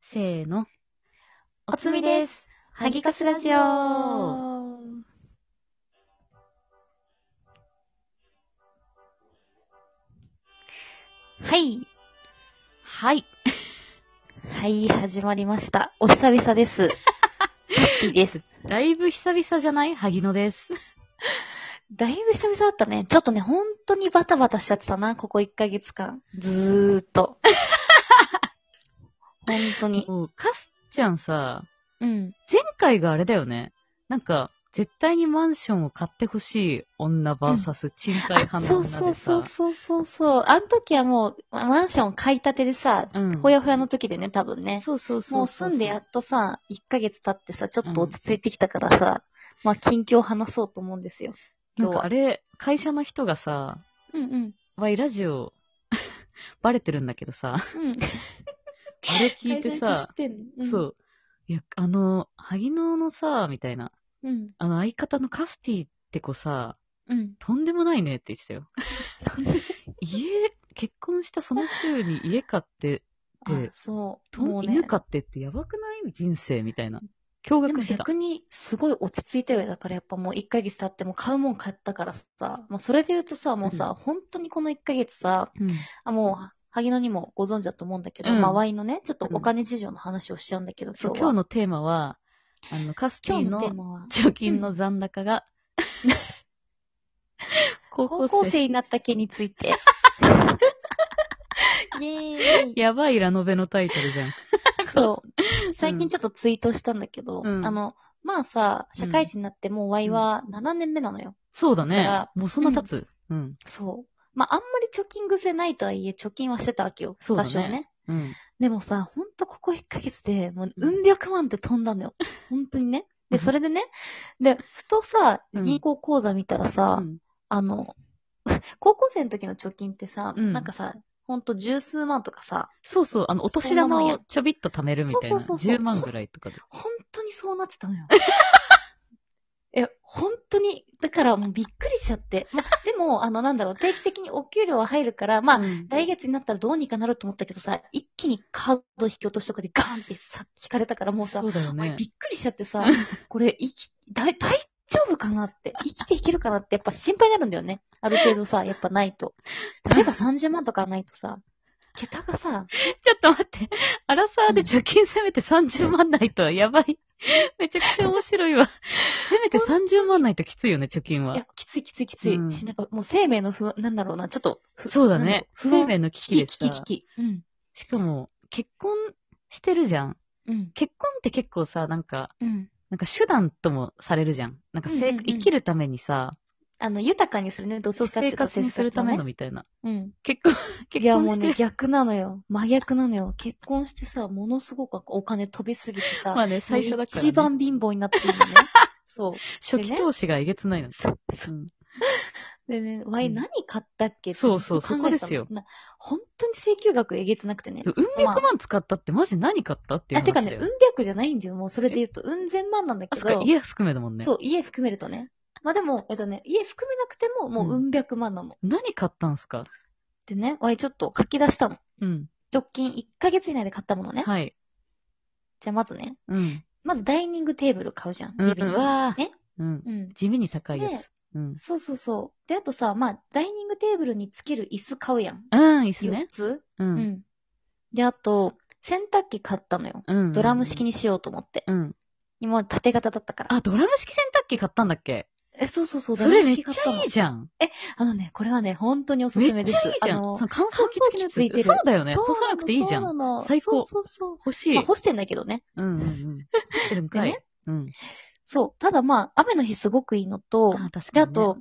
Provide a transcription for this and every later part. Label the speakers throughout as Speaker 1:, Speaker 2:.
Speaker 1: せーの。。
Speaker 2: おつみですはぎかすラジオはい。
Speaker 1: はい。
Speaker 2: はい、始まりました。お久々です。ハッピーです。
Speaker 1: だいぶ久々じゃない萩野です。
Speaker 2: だいぶ久々だったね。ちょっとね、本当にバタバタしちゃってたな、ここ1ヶ月間。ずーっと。本当に。
Speaker 1: もう、かすちゃんさ、
Speaker 2: うん。
Speaker 1: 前回があれだよね。なんか、絶対にマンションを買ってほしい女バーサス賃貸派の
Speaker 2: そう
Speaker 1: 女
Speaker 2: そう
Speaker 1: で
Speaker 2: そ
Speaker 1: さ
Speaker 2: う。そうそうそう。あの時はもう、マンション買いたてでさ、
Speaker 1: うん
Speaker 2: ほやほやの時でね、多分ね。
Speaker 1: そうそうそうそう。
Speaker 2: もう住んでやっとさ、1ヶ月経ってさ、ちょっと落ち着いてきたからさ、まあ近況を話そうと思うんですよ。
Speaker 1: な
Speaker 2: 今
Speaker 1: ん
Speaker 2: 日
Speaker 1: かあ
Speaker 2: は。
Speaker 1: れ、会社の人がさ、
Speaker 2: うんうん。
Speaker 1: わいラジオ、 バレてるんだけど さ、
Speaker 2: うん。
Speaker 1: あれ聞いて
Speaker 2: 改善
Speaker 1: さ
Speaker 2: と、してんのうん、
Speaker 1: そう。いや、あの、萩野のさ、みたいな。
Speaker 2: うん。
Speaker 1: あの、相方のカスティって子さ、
Speaker 2: うん。
Speaker 1: とんでもないねって言ってたよ。家、結婚したその週に家買って、
Speaker 2: あ、そう。
Speaker 1: とん
Speaker 2: もうね、
Speaker 1: 犬買ってってやばくない人生みたいな。驚
Speaker 2: でも
Speaker 1: 愕してた。
Speaker 2: 逆にすごい落ち着いたよ。だからやっぱもう1ヶ月経ってもう買うもん買ったからさ、もうそれで言うとさ、もうさ、
Speaker 1: うん
Speaker 2: 本当にこの1ヶ月さ、
Speaker 1: うん
Speaker 2: あもう、萩野にもご存知だと思うんだけど、
Speaker 1: うん
Speaker 2: まあ、ワイのね、ちょっとお金事情の話をしちゃうんだけど、
Speaker 1: そう、今
Speaker 2: 今日は
Speaker 1: 日。のテーマは、あの、カステ
Speaker 2: 今
Speaker 1: ィ
Speaker 2: 日のテー
Speaker 1: の
Speaker 2: マは、
Speaker 1: 貯金の残高が、高
Speaker 2: 高
Speaker 1: 校
Speaker 2: 校
Speaker 1: 生、
Speaker 2: 生になった件につ いて。イェーイ。
Speaker 1: やばいラノベのタイトルじゃん。
Speaker 2: そう。最近ちょっとツイートしたんだけど、
Speaker 1: うん
Speaker 2: あの、まあさ、社会人になってもうワイは7年目なのよ。
Speaker 1: そうだ
Speaker 2: だ
Speaker 1: ね
Speaker 2: か。
Speaker 1: もうそんな経つ。うん。
Speaker 2: そう。まあ、あんまり貯金癖ないとはいえ、貯金はしてたわけよ。
Speaker 1: そうだね
Speaker 2: 多少ね。
Speaker 1: うん。
Speaker 2: でもさ、ほんとここ1ヶ月で、もう、
Speaker 1: う
Speaker 2: うんん百万って飛んだのよ。ほんとにね。
Speaker 1: うん
Speaker 2: で、それでね、で、ふとさ、
Speaker 1: うん
Speaker 2: 銀行口座見たらさ、
Speaker 1: うん
Speaker 2: あの、 高校生の時の貯金ってさ、
Speaker 1: うん
Speaker 2: なんかさ、ほんと十数万とかさ、
Speaker 1: そうそう、あの、お年
Speaker 2: そんなもん
Speaker 1: 玉
Speaker 2: や
Speaker 1: をちょびっと貯めるみたいな。
Speaker 2: そうそうそうそう
Speaker 1: 10万ぐらいとかで。
Speaker 2: 本当にそうなってたの よ。え、本当に、だからもうびっくりしちゃって。まあでも、あの、なんだろう、定期的にお給料は入るから、まあ、
Speaker 1: うん
Speaker 2: 来月になったらどうにかなると思ったけどさ、一気にカード引き落としとかでガーンってさ、引かれたからもうさ、
Speaker 1: そうだよ
Speaker 2: お前
Speaker 1: ね
Speaker 2: び。っくりしちゃってさ、これ、生き、大、大丈夫かなって、生きていけるかなってやっぱ心配になるんだよね。ある程 度さ、やっぱないと。例えば30万とかないとさ、桁がさ、
Speaker 1: ちょっと待って。アラサーで貯金せめて30万ないとやばい。 めちゃくちゃ面白 いわ。せめて30万ないときついよね、貯金
Speaker 2: いや
Speaker 1: は。、
Speaker 2: きついきついきつい。
Speaker 1: うん
Speaker 2: し、なんかもう生命の不安、なんだろうな、ちょっとふ、
Speaker 1: そうだ
Speaker 2: なんろ
Speaker 1: ね。
Speaker 2: 不
Speaker 1: 生
Speaker 2: 安
Speaker 1: 命の危
Speaker 2: 危
Speaker 1: 機
Speaker 2: 機、
Speaker 1: で
Speaker 2: 危
Speaker 1: さ
Speaker 2: 機、危機。うん。
Speaker 1: しかも、結婚してるじゃん。
Speaker 2: うん。
Speaker 1: 結婚って結構さ、なんか、
Speaker 2: うん。なん
Speaker 1: なんか手段ともされるじゃん。なんかせい、
Speaker 2: うんうんうん
Speaker 1: 生きるためにさ、
Speaker 2: あの、豊かにするね、どっ
Speaker 1: そう
Speaker 2: ちかってい
Speaker 1: 生
Speaker 2: うと
Speaker 1: 活にするための
Speaker 2: ね。
Speaker 1: みたいな。
Speaker 2: うん。
Speaker 1: 結婚、
Speaker 2: い
Speaker 1: 結
Speaker 2: や、
Speaker 1: 婚
Speaker 2: も
Speaker 1: し
Speaker 2: う
Speaker 1: て
Speaker 2: ね、
Speaker 1: る。
Speaker 2: 逆なのよ。真逆なのよ。結婚してさ、ものすごくお金飛びすぎてさ、
Speaker 1: まあね、最初だから、ね。
Speaker 2: 一番貧乏になってるのね。 そう。
Speaker 1: 初期投資がえげつないの。
Speaker 2: そう
Speaker 1: うん
Speaker 2: でね、ワ
Speaker 1: う
Speaker 2: イ
Speaker 1: ん
Speaker 2: 何買ったっけって
Speaker 1: そうそう
Speaker 2: ずっと考えて
Speaker 1: そこで
Speaker 2: たの
Speaker 1: すよ
Speaker 2: な本当に請求額えげつなくてね。
Speaker 1: うん百万使ったってマジ何買ったっていう
Speaker 2: あ、て
Speaker 1: 話だ
Speaker 2: かね、
Speaker 1: よ。
Speaker 2: うん百じゃないんだよ。もうそれで言うと、うん千万なんだ
Speaker 1: あ、
Speaker 2: け
Speaker 1: そっか
Speaker 2: ど、、
Speaker 1: 家含めだもんね。
Speaker 2: そう、家含めるとね。まあでも、えっとね、家含めなくても、もううん百万なの。
Speaker 1: 何買ったんすか
Speaker 2: でね、ワイちょっと書き出したの。
Speaker 1: うん。
Speaker 2: 直近1ヶ月以内で買ったものね。
Speaker 1: はい。
Speaker 2: じゃあまずね、
Speaker 1: うん。
Speaker 2: まずダイニングテーブル買うじゃん。
Speaker 1: うん
Speaker 2: リビング
Speaker 1: うわー
Speaker 2: ね。
Speaker 1: うん。
Speaker 2: うん。
Speaker 1: 地味に高いや
Speaker 2: で
Speaker 1: つ。うん。
Speaker 2: そうそうそう。で、あとさ、まあ、ダイニングテーブルにつける椅子買うやん。
Speaker 1: うん、椅子
Speaker 2: 4
Speaker 1: ね。
Speaker 2: つ、
Speaker 1: う
Speaker 2: うん、
Speaker 1: ん。
Speaker 2: で、あと、洗濯機買ったのよ。
Speaker 1: うん。
Speaker 2: ドラム式。にしようと思って。
Speaker 1: うん。
Speaker 2: 今まで縦型だったから。
Speaker 1: あ、ドラム式洗濯機買ったんだっけ
Speaker 2: え、そうそうそう、
Speaker 1: それめっ
Speaker 2: 式
Speaker 1: ちゃいいじゃん。
Speaker 2: あのね、これはね、本当におす
Speaker 1: め
Speaker 2: すめ
Speaker 1: っ
Speaker 2: で
Speaker 1: ち
Speaker 2: す。
Speaker 1: ゃいいじゃん。
Speaker 2: あの
Speaker 1: その乾
Speaker 2: 乾
Speaker 1: 燥機
Speaker 2: 燥
Speaker 1: 付き
Speaker 2: 機
Speaker 1: のやつ
Speaker 2: ついてる。
Speaker 1: そうだよね。
Speaker 2: そう
Speaker 1: 干さなくていいじゃん。
Speaker 2: なのそうなの
Speaker 1: 最高
Speaker 2: そうそう
Speaker 1: 欲し
Speaker 2: そう。
Speaker 1: い。
Speaker 2: まあ、干してんだけどね。
Speaker 1: うんうんうん。干してるんか
Speaker 2: で
Speaker 1: い
Speaker 2: ね。
Speaker 1: うん。
Speaker 2: そう。ただまあ、雨の日すごくいいのと、
Speaker 1: あ、確かにね。
Speaker 2: で、あと、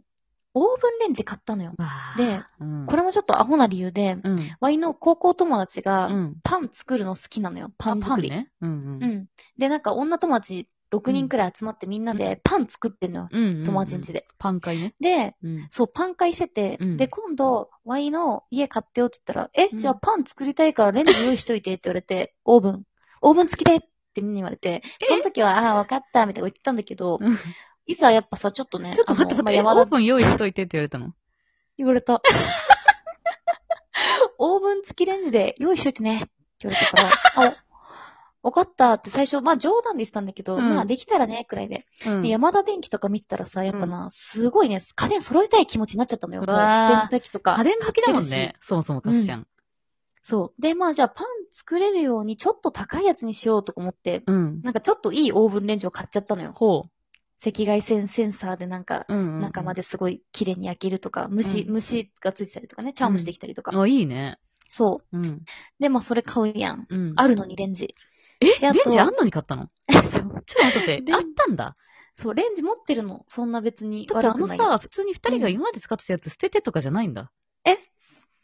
Speaker 2: オーブンレンジ買ったのよ。
Speaker 1: わー、
Speaker 2: で
Speaker 1: うん、
Speaker 2: これもちょっとアホな理由で、
Speaker 1: うん。
Speaker 2: ワイの高校友達
Speaker 1: う
Speaker 2: が、
Speaker 1: ん。
Speaker 2: パン作るの好きなのよ。パ
Speaker 1: あ
Speaker 2: ン
Speaker 1: パ
Speaker 2: 作
Speaker 1: ン
Speaker 2: り。
Speaker 1: ね。うんうん。
Speaker 2: うん。で、なんか女友達6人くらい集まってみんなでパン作ってんのよ。
Speaker 1: うんうんうん。
Speaker 2: 友達ん家で。
Speaker 1: パン会ね。
Speaker 2: で、
Speaker 1: うん。
Speaker 2: そう、パン会してて、
Speaker 1: うん
Speaker 2: で、今度、ワイの家買ってよって言ったら、え、
Speaker 1: うん
Speaker 2: じゃあパン作りたいからレンジ用意しといてって言われて、オーブン、オーブン付きでってみんなに言われて、その時は、ああー、わかった、みたいなこと言ってたんだけど、
Speaker 1: うん
Speaker 2: いざやっぱさ、ちょっとね、
Speaker 1: ちょっと待って
Speaker 2: あの
Speaker 1: 待って、えオ
Speaker 2: まあ
Speaker 1: ー
Speaker 2: 山田
Speaker 1: プン用意しといてって言われたの。
Speaker 2: 言われた。オーブン付きレンジで用意しといてね、って言われたから、あ、わかったって最初、まあ冗談で言ってたんだけど、
Speaker 1: うん
Speaker 2: まあできたらね、くらいで。
Speaker 1: うん
Speaker 2: で山田電機とか見てたらさ、やっぱな、すごいね、家電揃えたい気持ちになっちゃったのよ。
Speaker 1: う
Speaker 2: もう
Speaker 1: わー
Speaker 2: 洗濯機とか。
Speaker 1: 家電好きだもん
Speaker 2: 買って
Speaker 1: ね。そもそもカスちゃん。
Speaker 2: そう。で、まあじゃあパン作れるようにちょっと高いやつにしようとか思って、
Speaker 1: うん。
Speaker 2: なんかちょっといいオーブンレンジを買っちゃったのよ。
Speaker 1: ほ
Speaker 2: 赤外線センサーでなんか、
Speaker 1: う。うん、うん。
Speaker 2: 中ま。ですごい綺麗に焼けるとか、虫、
Speaker 1: うん
Speaker 2: 虫がついてたりとかね、チャームしてきたりとか。
Speaker 1: あ、いいね。
Speaker 2: そう。
Speaker 1: うん。
Speaker 2: で、まあそれ買うやん。
Speaker 1: うん。
Speaker 2: あるのにレンジ。
Speaker 1: え
Speaker 2: であと
Speaker 1: レンジあんのに買ったの
Speaker 2: そう
Speaker 1: ちょっと待って
Speaker 2: レ
Speaker 1: て。
Speaker 2: ン
Speaker 1: あったんだ。
Speaker 2: そう、レンジ持ってるの。そんな別に
Speaker 1: だって
Speaker 2: 悪
Speaker 1: あ
Speaker 2: く
Speaker 1: の
Speaker 2: ないや
Speaker 1: さ、
Speaker 2: つ。
Speaker 1: 普通に二人が今まで使ってたやつ捨ててとかじゃないんだ。
Speaker 2: え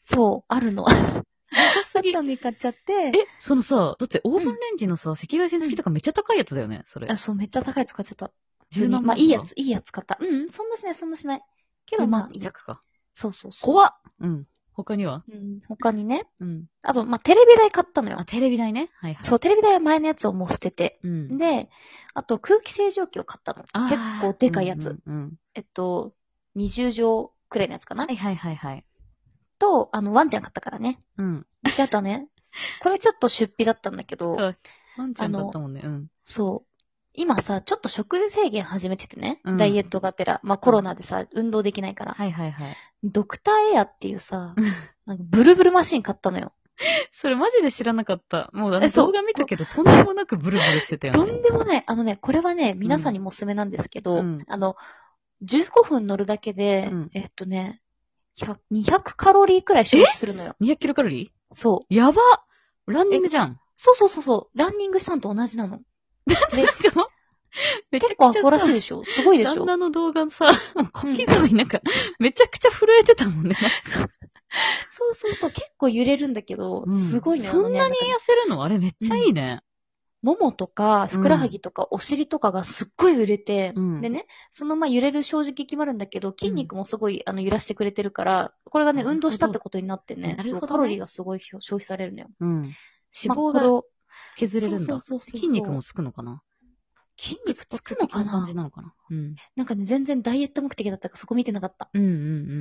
Speaker 2: そう、あるの。 あっ
Speaker 1: すぎ
Speaker 2: たのに買っちゃって。
Speaker 1: え、そのさ、だってオーブンレンジのさ、赤外線付きとかめっちゃ高いやつだよね、それ
Speaker 2: あ。そう、めっちゃ高いやつ買っちゃった。
Speaker 1: 十何万
Speaker 2: まあいいやつ、いいやつ買った。うん、そんなしない、そんなしない。け
Speaker 1: とか。
Speaker 2: ど
Speaker 1: 十
Speaker 2: まあ
Speaker 1: 万
Speaker 2: いいや。
Speaker 1: 弱か。
Speaker 2: そうそうそう。
Speaker 1: 怖っうん。他には
Speaker 2: うん、他にね。
Speaker 1: うん。
Speaker 2: あと、まあテレビ台買ったのよ
Speaker 1: あ、。テレビ台ね。はいはい。
Speaker 2: そう、テレビ台は前のやつをもう捨てて。
Speaker 1: う。ん。
Speaker 2: で、あと空気清浄機を買ったの。
Speaker 1: あー
Speaker 2: 結構でかいや
Speaker 1: う
Speaker 2: つ。。
Speaker 1: んうんうん。
Speaker 2: えっと、20畳くらいのやつかな、
Speaker 1: はいはいはいはい。
Speaker 2: と、あの、ワンちゃん買ったからね。
Speaker 1: うん。
Speaker 2: で、あと ね、これちょっと出費だったんだけど、
Speaker 1: はいワンちゃんだったもんね。うん。
Speaker 2: そう。今さ、ちょっと食事制限始めててね。
Speaker 1: うん
Speaker 2: ダイエットがてら。まあコロナでさ、運動できないから。
Speaker 1: はいはいはい。
Speaker 2: ドクターエアっていうさ、なんかブルブルマシン買ったのよ。
Speaker 1: それマジで知らなかった。もうあの
Speaker 2: えそう
Speaker 1: 動画見たけど、とんでもなくブルブルしてた
Speaker 2: と
Speaker 1: よね。
Speaker 2: んでもない。あのね、これはね、皆さんにもおすすめなんですけど、
Speaker 1: うん
Speaker 2: あの、15分乗るだけで、
Speaker 1: うん
Speaker 2: えっとね、100 200カロリーくらい消費するのよ。
Speaker 1: 200キロカロリ
Speaker 2: そう。
Speaker 1: ーやばランニングじゃん。
Speaker 2: そうそうそうそう。ランニングしたのと同じ なの。で、
Speaker 1: め
Speaker 2: 結構アホらしい
Speaker 1: い
Speaker 2: でしょすごいでし
Speaker 1: 旦
Speaker 2: ょ
Speaker 1: 那の動画さ、もう小刻みになんか、めちゃくちゃ震えてたもんね。
Speaker 2: そうそうそう。結構揺れるんだけど、
Speaker 1: うん
Speaker 2: すごいね。あ
Speaker 1: そ
Speaker 2: の
Speaker 1: ん
Speaker 2: ね
Speaker 1: なに痩
Speaker 2: かね
Speaker 1: せるのあれめっちゃいいね。
Speaker 2: ももとか、ふくらはぎとか、お尻とかがすっごい揺れて、
Speaker 1: うん
Speaker 2: でね、そのまあ揺れる正直決まるんだけど、筋肉もすごい、あの揺らしてくれてるから、これがね、
Speaker 1: なるほど
Speaker 2: 運動したってことになってね、
Speaker 1: なるほどね
Speaker 2: カロリーがすごい消費されるのよ。
Speaker 1: うん。脂肪
Speaker 2: まあこれ
Speaker 1: が
Speaker 2: を
Speaker 1: 削れるんだ。
Speaker 2: そうそうそうそう
Speaker 1: 筋肉もつくのかな
Speaker 2: 筋肉つくのか
Speaker 1: 感
Speaker 2: な
Speaker 1: じなのかなうん。
Speaker 2: なんかね、全然ダイエット目的だったからそこ見てなかった。
Speaker 1: うんう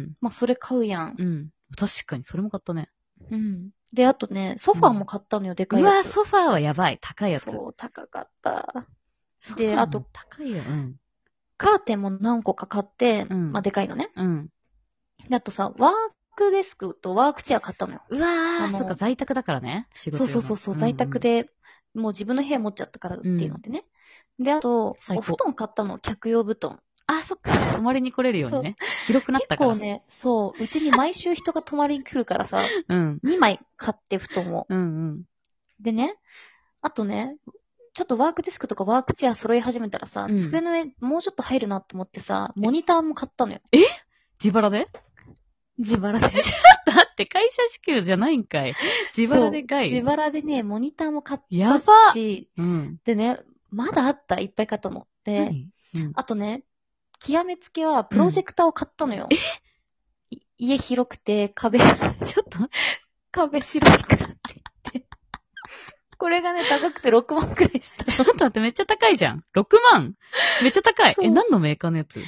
Speaker 1: ん
Speaker 2: まあ、それ買うやん
Speaker 1: うん。。うん。確かに、それも買ったね。
Speaker 2: うん。で、あとね、ソファーも買ったのよ、でか
Speaker 1: う
Speaker 2: いや
Speaker 1: わ、
Speaker 2: つ。
Speaker 1: ソファーはやばい。高いやつ。
Speaker 2: そう、高かった。
Speaker 1: ソファー
Speaker 2: で、
Speaker 1: も
Speaker 2: あと、
Speaker 1: 高いよ。うん。
Speaker 2: カーテンも何個か買って、
Speaker 1: うん
Speaker 2: まあ、でかいのね。
Speaker 1: うん。
Speaker 2: であとさ、ワークデスクとワークチェア買ったのよ。
Speaker 1: うわ
Speaker 2: あの
Speaker 1: ー、そっか、在宅だからね。仕事
Speaker 2: そ
Speaker 1: 用の
Speaker 2: うそうそうそう、在宅。で、もう自分の部屋持っちゃったからっていうのでね。で、あと、
Speaker 1: 最
Speaker 2: お
Speaker 1: 高
Speaker 2: 布団買ったの、客用布団。
Speaker 1: あ、そっか。泊まりに来れるようにね。広くなっ
Speaker 2: 結
Speaker 1: たから。
Speaker 2: 構ね、そう、うちに毎週人が泊まりに来るか らさ、
Speaker 1: うん。
Speaker 2: 2枚買って布団を。
Speaker 1: うんうん。
Speaker 2: でね、あとね、ちょっとワークデスクとかワークチェア揃え始めたらさ、
Speaker 1: うん
Speaker 2: 机の上もうちょっと入るなって思ってさ、モニターも買ったのよ。
Speaker 1: 自腹で
Speaker 2: 自腹 で。
Speaker 1: だって会社支給じゃないんかい。自腹でかい。
Speaker 2: そう自腹でね、モニターも買っ
Speaker 1: やば
Speaker 2: たし、
Speaker 1: うん。
Speaker 2: でね、まだあった、いっぱい買ったの。で、
Speaker 1: 何うん
Speaker 2: あとね、極めつけはプロジェクターを買ったのよ。い家広くて、壁、
Speaker 1: ちょっと、
Speaker 2: 壁白いからって言って。これがね、高くて6万くらいした。
Speaker 1: ちょっと待って、めっちゃ高いじゃん。6万めっちゃ高い。
Speaker 2: そう
Speaker 1: え、何のメーカーのやつ
Speaker 2: え、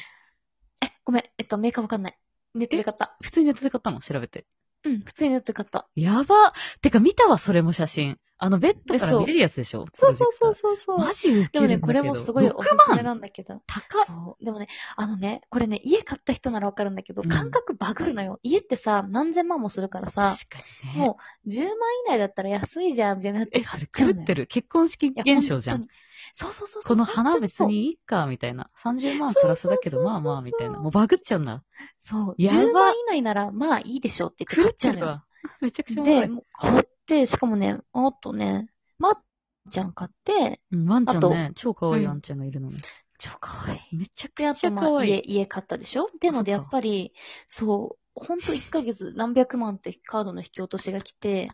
Speaker 2: ごめん、えっと、メーカーわかんない。ネットで買った。
Speaker 1: 普通にネットで買ったの調べて。
Speaker 2: うん、普通にネットで買った。
Speaker 1: やば。てか見たわ、それも写真。あの、ベッドから見れるやつでしょ
Speaker 2: そうそうそう
Speaker 1: プ
Speaker 2: そうそ
Speaker 1: ロ
Speaker 2: う。
Speaker 1: ジェクターマジウケる
Speaker 2: で
Speaker 1: んだけど。
Speaker 2: もね、これもすごいおすすめなんだけど。
Speaker 1: 高っ。
Speaker 2: そう。でもね、あのね、これね、家買った人ならわかるんだけど、
Speaker 1: うん
Speaker 2: 感覚バグるのよ。家ってさ、何千万もするからさ、
Speaker 1: 確かにね。
Speaker 2: もう10万以内だったら安いじゃん、みたいになって
Speaker 1: え、それ狂って
Speaker 2: る
Speaker 1: る。結婚式現象じゃん。。
Speaker 2: そうそうそうそ
Speaker 1: こ
Speaker 2: う。
Speaker 1: の花別
Speaker 2: 本
Speaker 1: にいいか、みたいな。30万プラスだけど、
Speaker 2: そう
Speaker 1: ま
Speaker 2: そうそう
Speaker 1: あ
Speaker 2: そう
Speaker 1: まあ、みたいな。もうバグっちゃうんだ。
Speaker 2: 当に
Speaker 1: や
Speaker 2: そ
Speaker 1: ば
Speaker 2: う。10万以内なら、まあいいでしょうって言
Speaker 1: 狂っ
Speaker 2: って買っち
Speaker 1: ち
Speaker 2: ゃ
Speaker 1: ゃ
Speaker 2: う
Speaker 1: う
Speaker 2: のよ。
Speaker 1: わ。めちゃくちゃおもろ
Speaker 2: で、
Speaker 1: い。
Speaker 2: もう買って、しかもね、あとね、まっちゃん買って、
Speaker 1: うんワンちゃん
Speaker 2: あ
Speaker 1: ね、超可愛い
Speaker 2: うん
Speaker 1: ワンちゃんがいるのに。
Speaker 2: 超可愛い。
Speaker 1: めちゃ
Speaker 2: で、あ
Speaker 1: くち
Speaker 2: と
Speaker 1: ゃ
Speaker 2: ま
Speaker 1: 可
Speaker 2: あ
Speaker 1: 愛
Speaker 2: 家、
Speaker 1: い。
Speaker 2: 家買ったでしょってので、
Speaker 1: そ
Speaker 2: や
Speaker 1: っか
Speaker 2: っぱり、そう、ほんと1ヶ月何百万ってカードの引き落としが来て、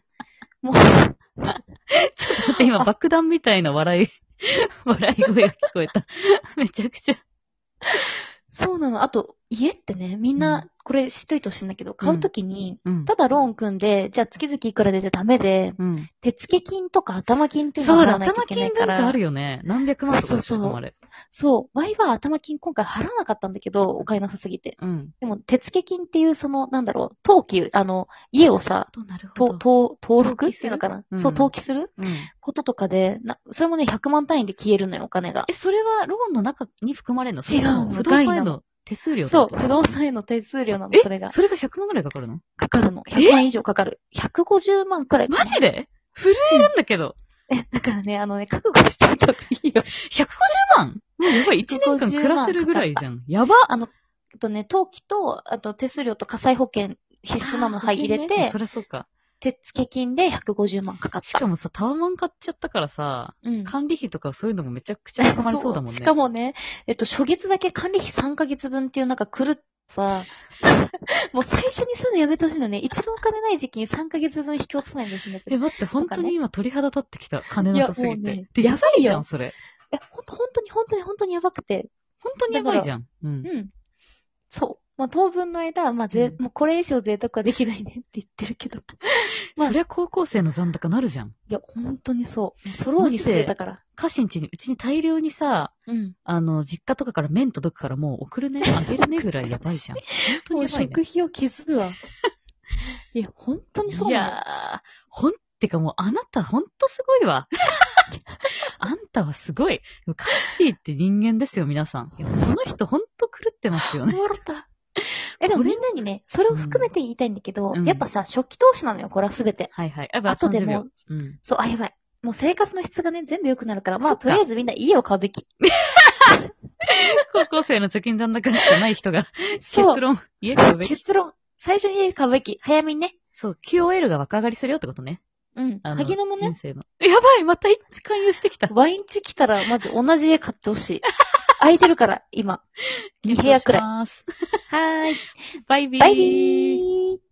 Speaker 2: もう、
Speaker 1: ちょっと待って、今爆弾みたいな笑い、 笑い声が聞こえた。 めちゃくちゃ。
Speaker 2: そうなの。あと、家ってね、みん
Speaker 1: う
Speaker 2: な、これ知っといてほしいんだけど、買うときに、
Speaker 1: うん。
Speaker 2: ただローン組んで、じゃあ月々いくらでじゃダメで、
Speaker 1: うん。
Speaker 2: 手付金とか頭金っていうのを
Speaker 1: そう
Speaker 2: 払
Speaker 1: だ、
Speaker 2: わなきゃ
Speaker 1: 頭
Speaker 2: いけな
Speaker 1: 金
Speaker 2: い
Speaker 1: 文
Speaker 2: か
Speaker 1: 化あ
Speaker 2: ら
Speaker 1: る、よね。何百万とかでし
Speaker 2: そうそ
Speaker 1: ょ、
Speaker 2: うそう
Speaker 1: たまれ。
Speaker 2: そう、ワイは頭金今回払わなかったんだけど、お金なさすぎて。
Speaker 1: うん。
Speaker 2: でも、手付金っていう、その、なんだろう、登記、あの、家をさ、
Speaker 1: と、なるほ
Speaker 2: と、
Speaker 1: ど。
Speaker 2: と、登録
Speaker 1: 登
Speaker 2: っ
Speaker 1: 記
Speaker 2: て
Speaker 1: す
Speaker 2: いう
Speaker 1: る
Speaker 2: のかな、
Speaker 1: うん
Speaker 2: そう、登記する
Speaker 1: うん。
Speaker 2: こととかで、な、それもね、100万単位で消えるのよ、お金が。
Speaker 1: え、それはローンの中に含まれるの
Speaker 2: 違うの
Speaker 1: 不動産
Speaker 2: 外
Speaker 1: へ
Speaker 2: な
Speaker 1: の
Speaker 2: の
Speaker 1: 手数料
Speaker 2: そう、
Speaker 1: だって
Speaker 2: 不動産への手数料なの、
Speaker 1: え
Speaker 2: それが。
Speaker 1: それが100万ぐらいかかるの
Speaker 2: かかるの。
Speaker 1: え
Speaker 2: 100万以上かかる。150万くらい。
Speaker 1: マジで震えるんだけど。
Speaker 2: え、だからね、あのね、覚悟しといた方がいいよ。
Speaker 1: 150万もうやばい、1年間暮らせるぐらいじゃん。やば
Speaker 2: あの、 あとね、登記と、あと手数料と火災保険必須なの、はい、入れて
Speaker 1: そ、りゃそうか。
Speaker 2: 手付金で150万かかっ。
Speaker 1: したかもさ、タワマン買っちゃったからさ、
Speaker 2: うん。
Speaker 1: 管理費とかそういうのもめちゃくちゃ含まれそうだもんね。
Speaker 2: しかもね、えっと、初月だけ管理費3ヶ月分っていうなんか狂ったさ、 もう最初にそういうのやめてほしいのね。一番お金ない時期に3ヶ月分引き落とさないでほしいんだけど。
Speaker 1: え、待って、本当に今鳥肌立ってきた。金なさすぎ
Speaker 2: いやもう
Speaker 1: て
Speaker 2: ね。
Speaker 1: で
Speaker 2: やばいよ
Speaker 1: じゃん、それ。
Speaker 2: え、ほんと、本当に本当に本当にやばくて。
Speaker 1: 本当にやばいじゃん。うん。
Speaker 2: うん。そう。まあ、当分の間、まあ、ぜ、
Speaker 1: う
Speaker 2: もうこれ以上贅沢はできないねって言ってるけど。いまあ
Speaker 1: そりゃ高校生の残高なるじゃん。
Speaker 2: や、本当にそう。もうソローにしてたから。
Speaker 1: 家臣家に、うちに大量にさ、
Speaker 2: うん。
Speaker 1: あの、実家とかから麺届くからもう送 るね、あげるねぐらいやばいじゃん。
Speaker 2: も
Speaker 1: 本
Speaker 2: う
Speaker 1: 当にやば
Speaker 2: 食費を消す わ。いや、本当
Speaker 1: い、
Speaker 2: に
Speaker 1: ね。
Speaker 2: そう
Speaker 1: い
Speaker 2: なのよ。
Speaker 1: やー、ほん、てかもうあなたほんとすごいわ。 あんたはすごい。カスティって人間ですよ、皆さん。いやこの人ほんと狂ってますよね。
Speaker 2: 笑った。え、で
Speaker 1: こ
Speaker 2: も
Speaker 1: れ
Speaker 2: みんなにね、それを含めて言いたいんだけど、
Speaker 1: うん
Speaker 2: やっぱさ、初期投資なのよ、 これはすべて。
Speaker 1: はいはい。あ
Speaker 2: 後で。
Speaker 1: や
Speaker 2: も、
Speaker 1: ばいう30秒うん。
Speaker 2: そう、あ、やばい。もう生活の質がね、全部良くなるから、ま
Speaker 1: そ
Speaker 2: あ、
Speaker 1: っか
Speaker 2: とりあえずみんな家を買うべき。
Speaker 1: 高校生の貯金残高しかない人が、結
Speaker 2: そう
Speaker 1: 論、家買うべき。
Speaker 2: 結論。最初に家買うべき。早めにね。
Speaker 1: そう、QOL が若上がりするよってことね。
Speaker 2: うん。
Speaker 1: あ
Speaker 2: 萩野もね
Speaker 1: 人、生の。やばいまた勧誘してきた。
Speaker 2: ワインチ来たら、まず同じ家買って ほしい。空いてるから、今。二部屋くらい
Speaker 1: 検討します
Speaker 2: はーい。
Speaker 1: バイビー。
Speaker 2: バイビー。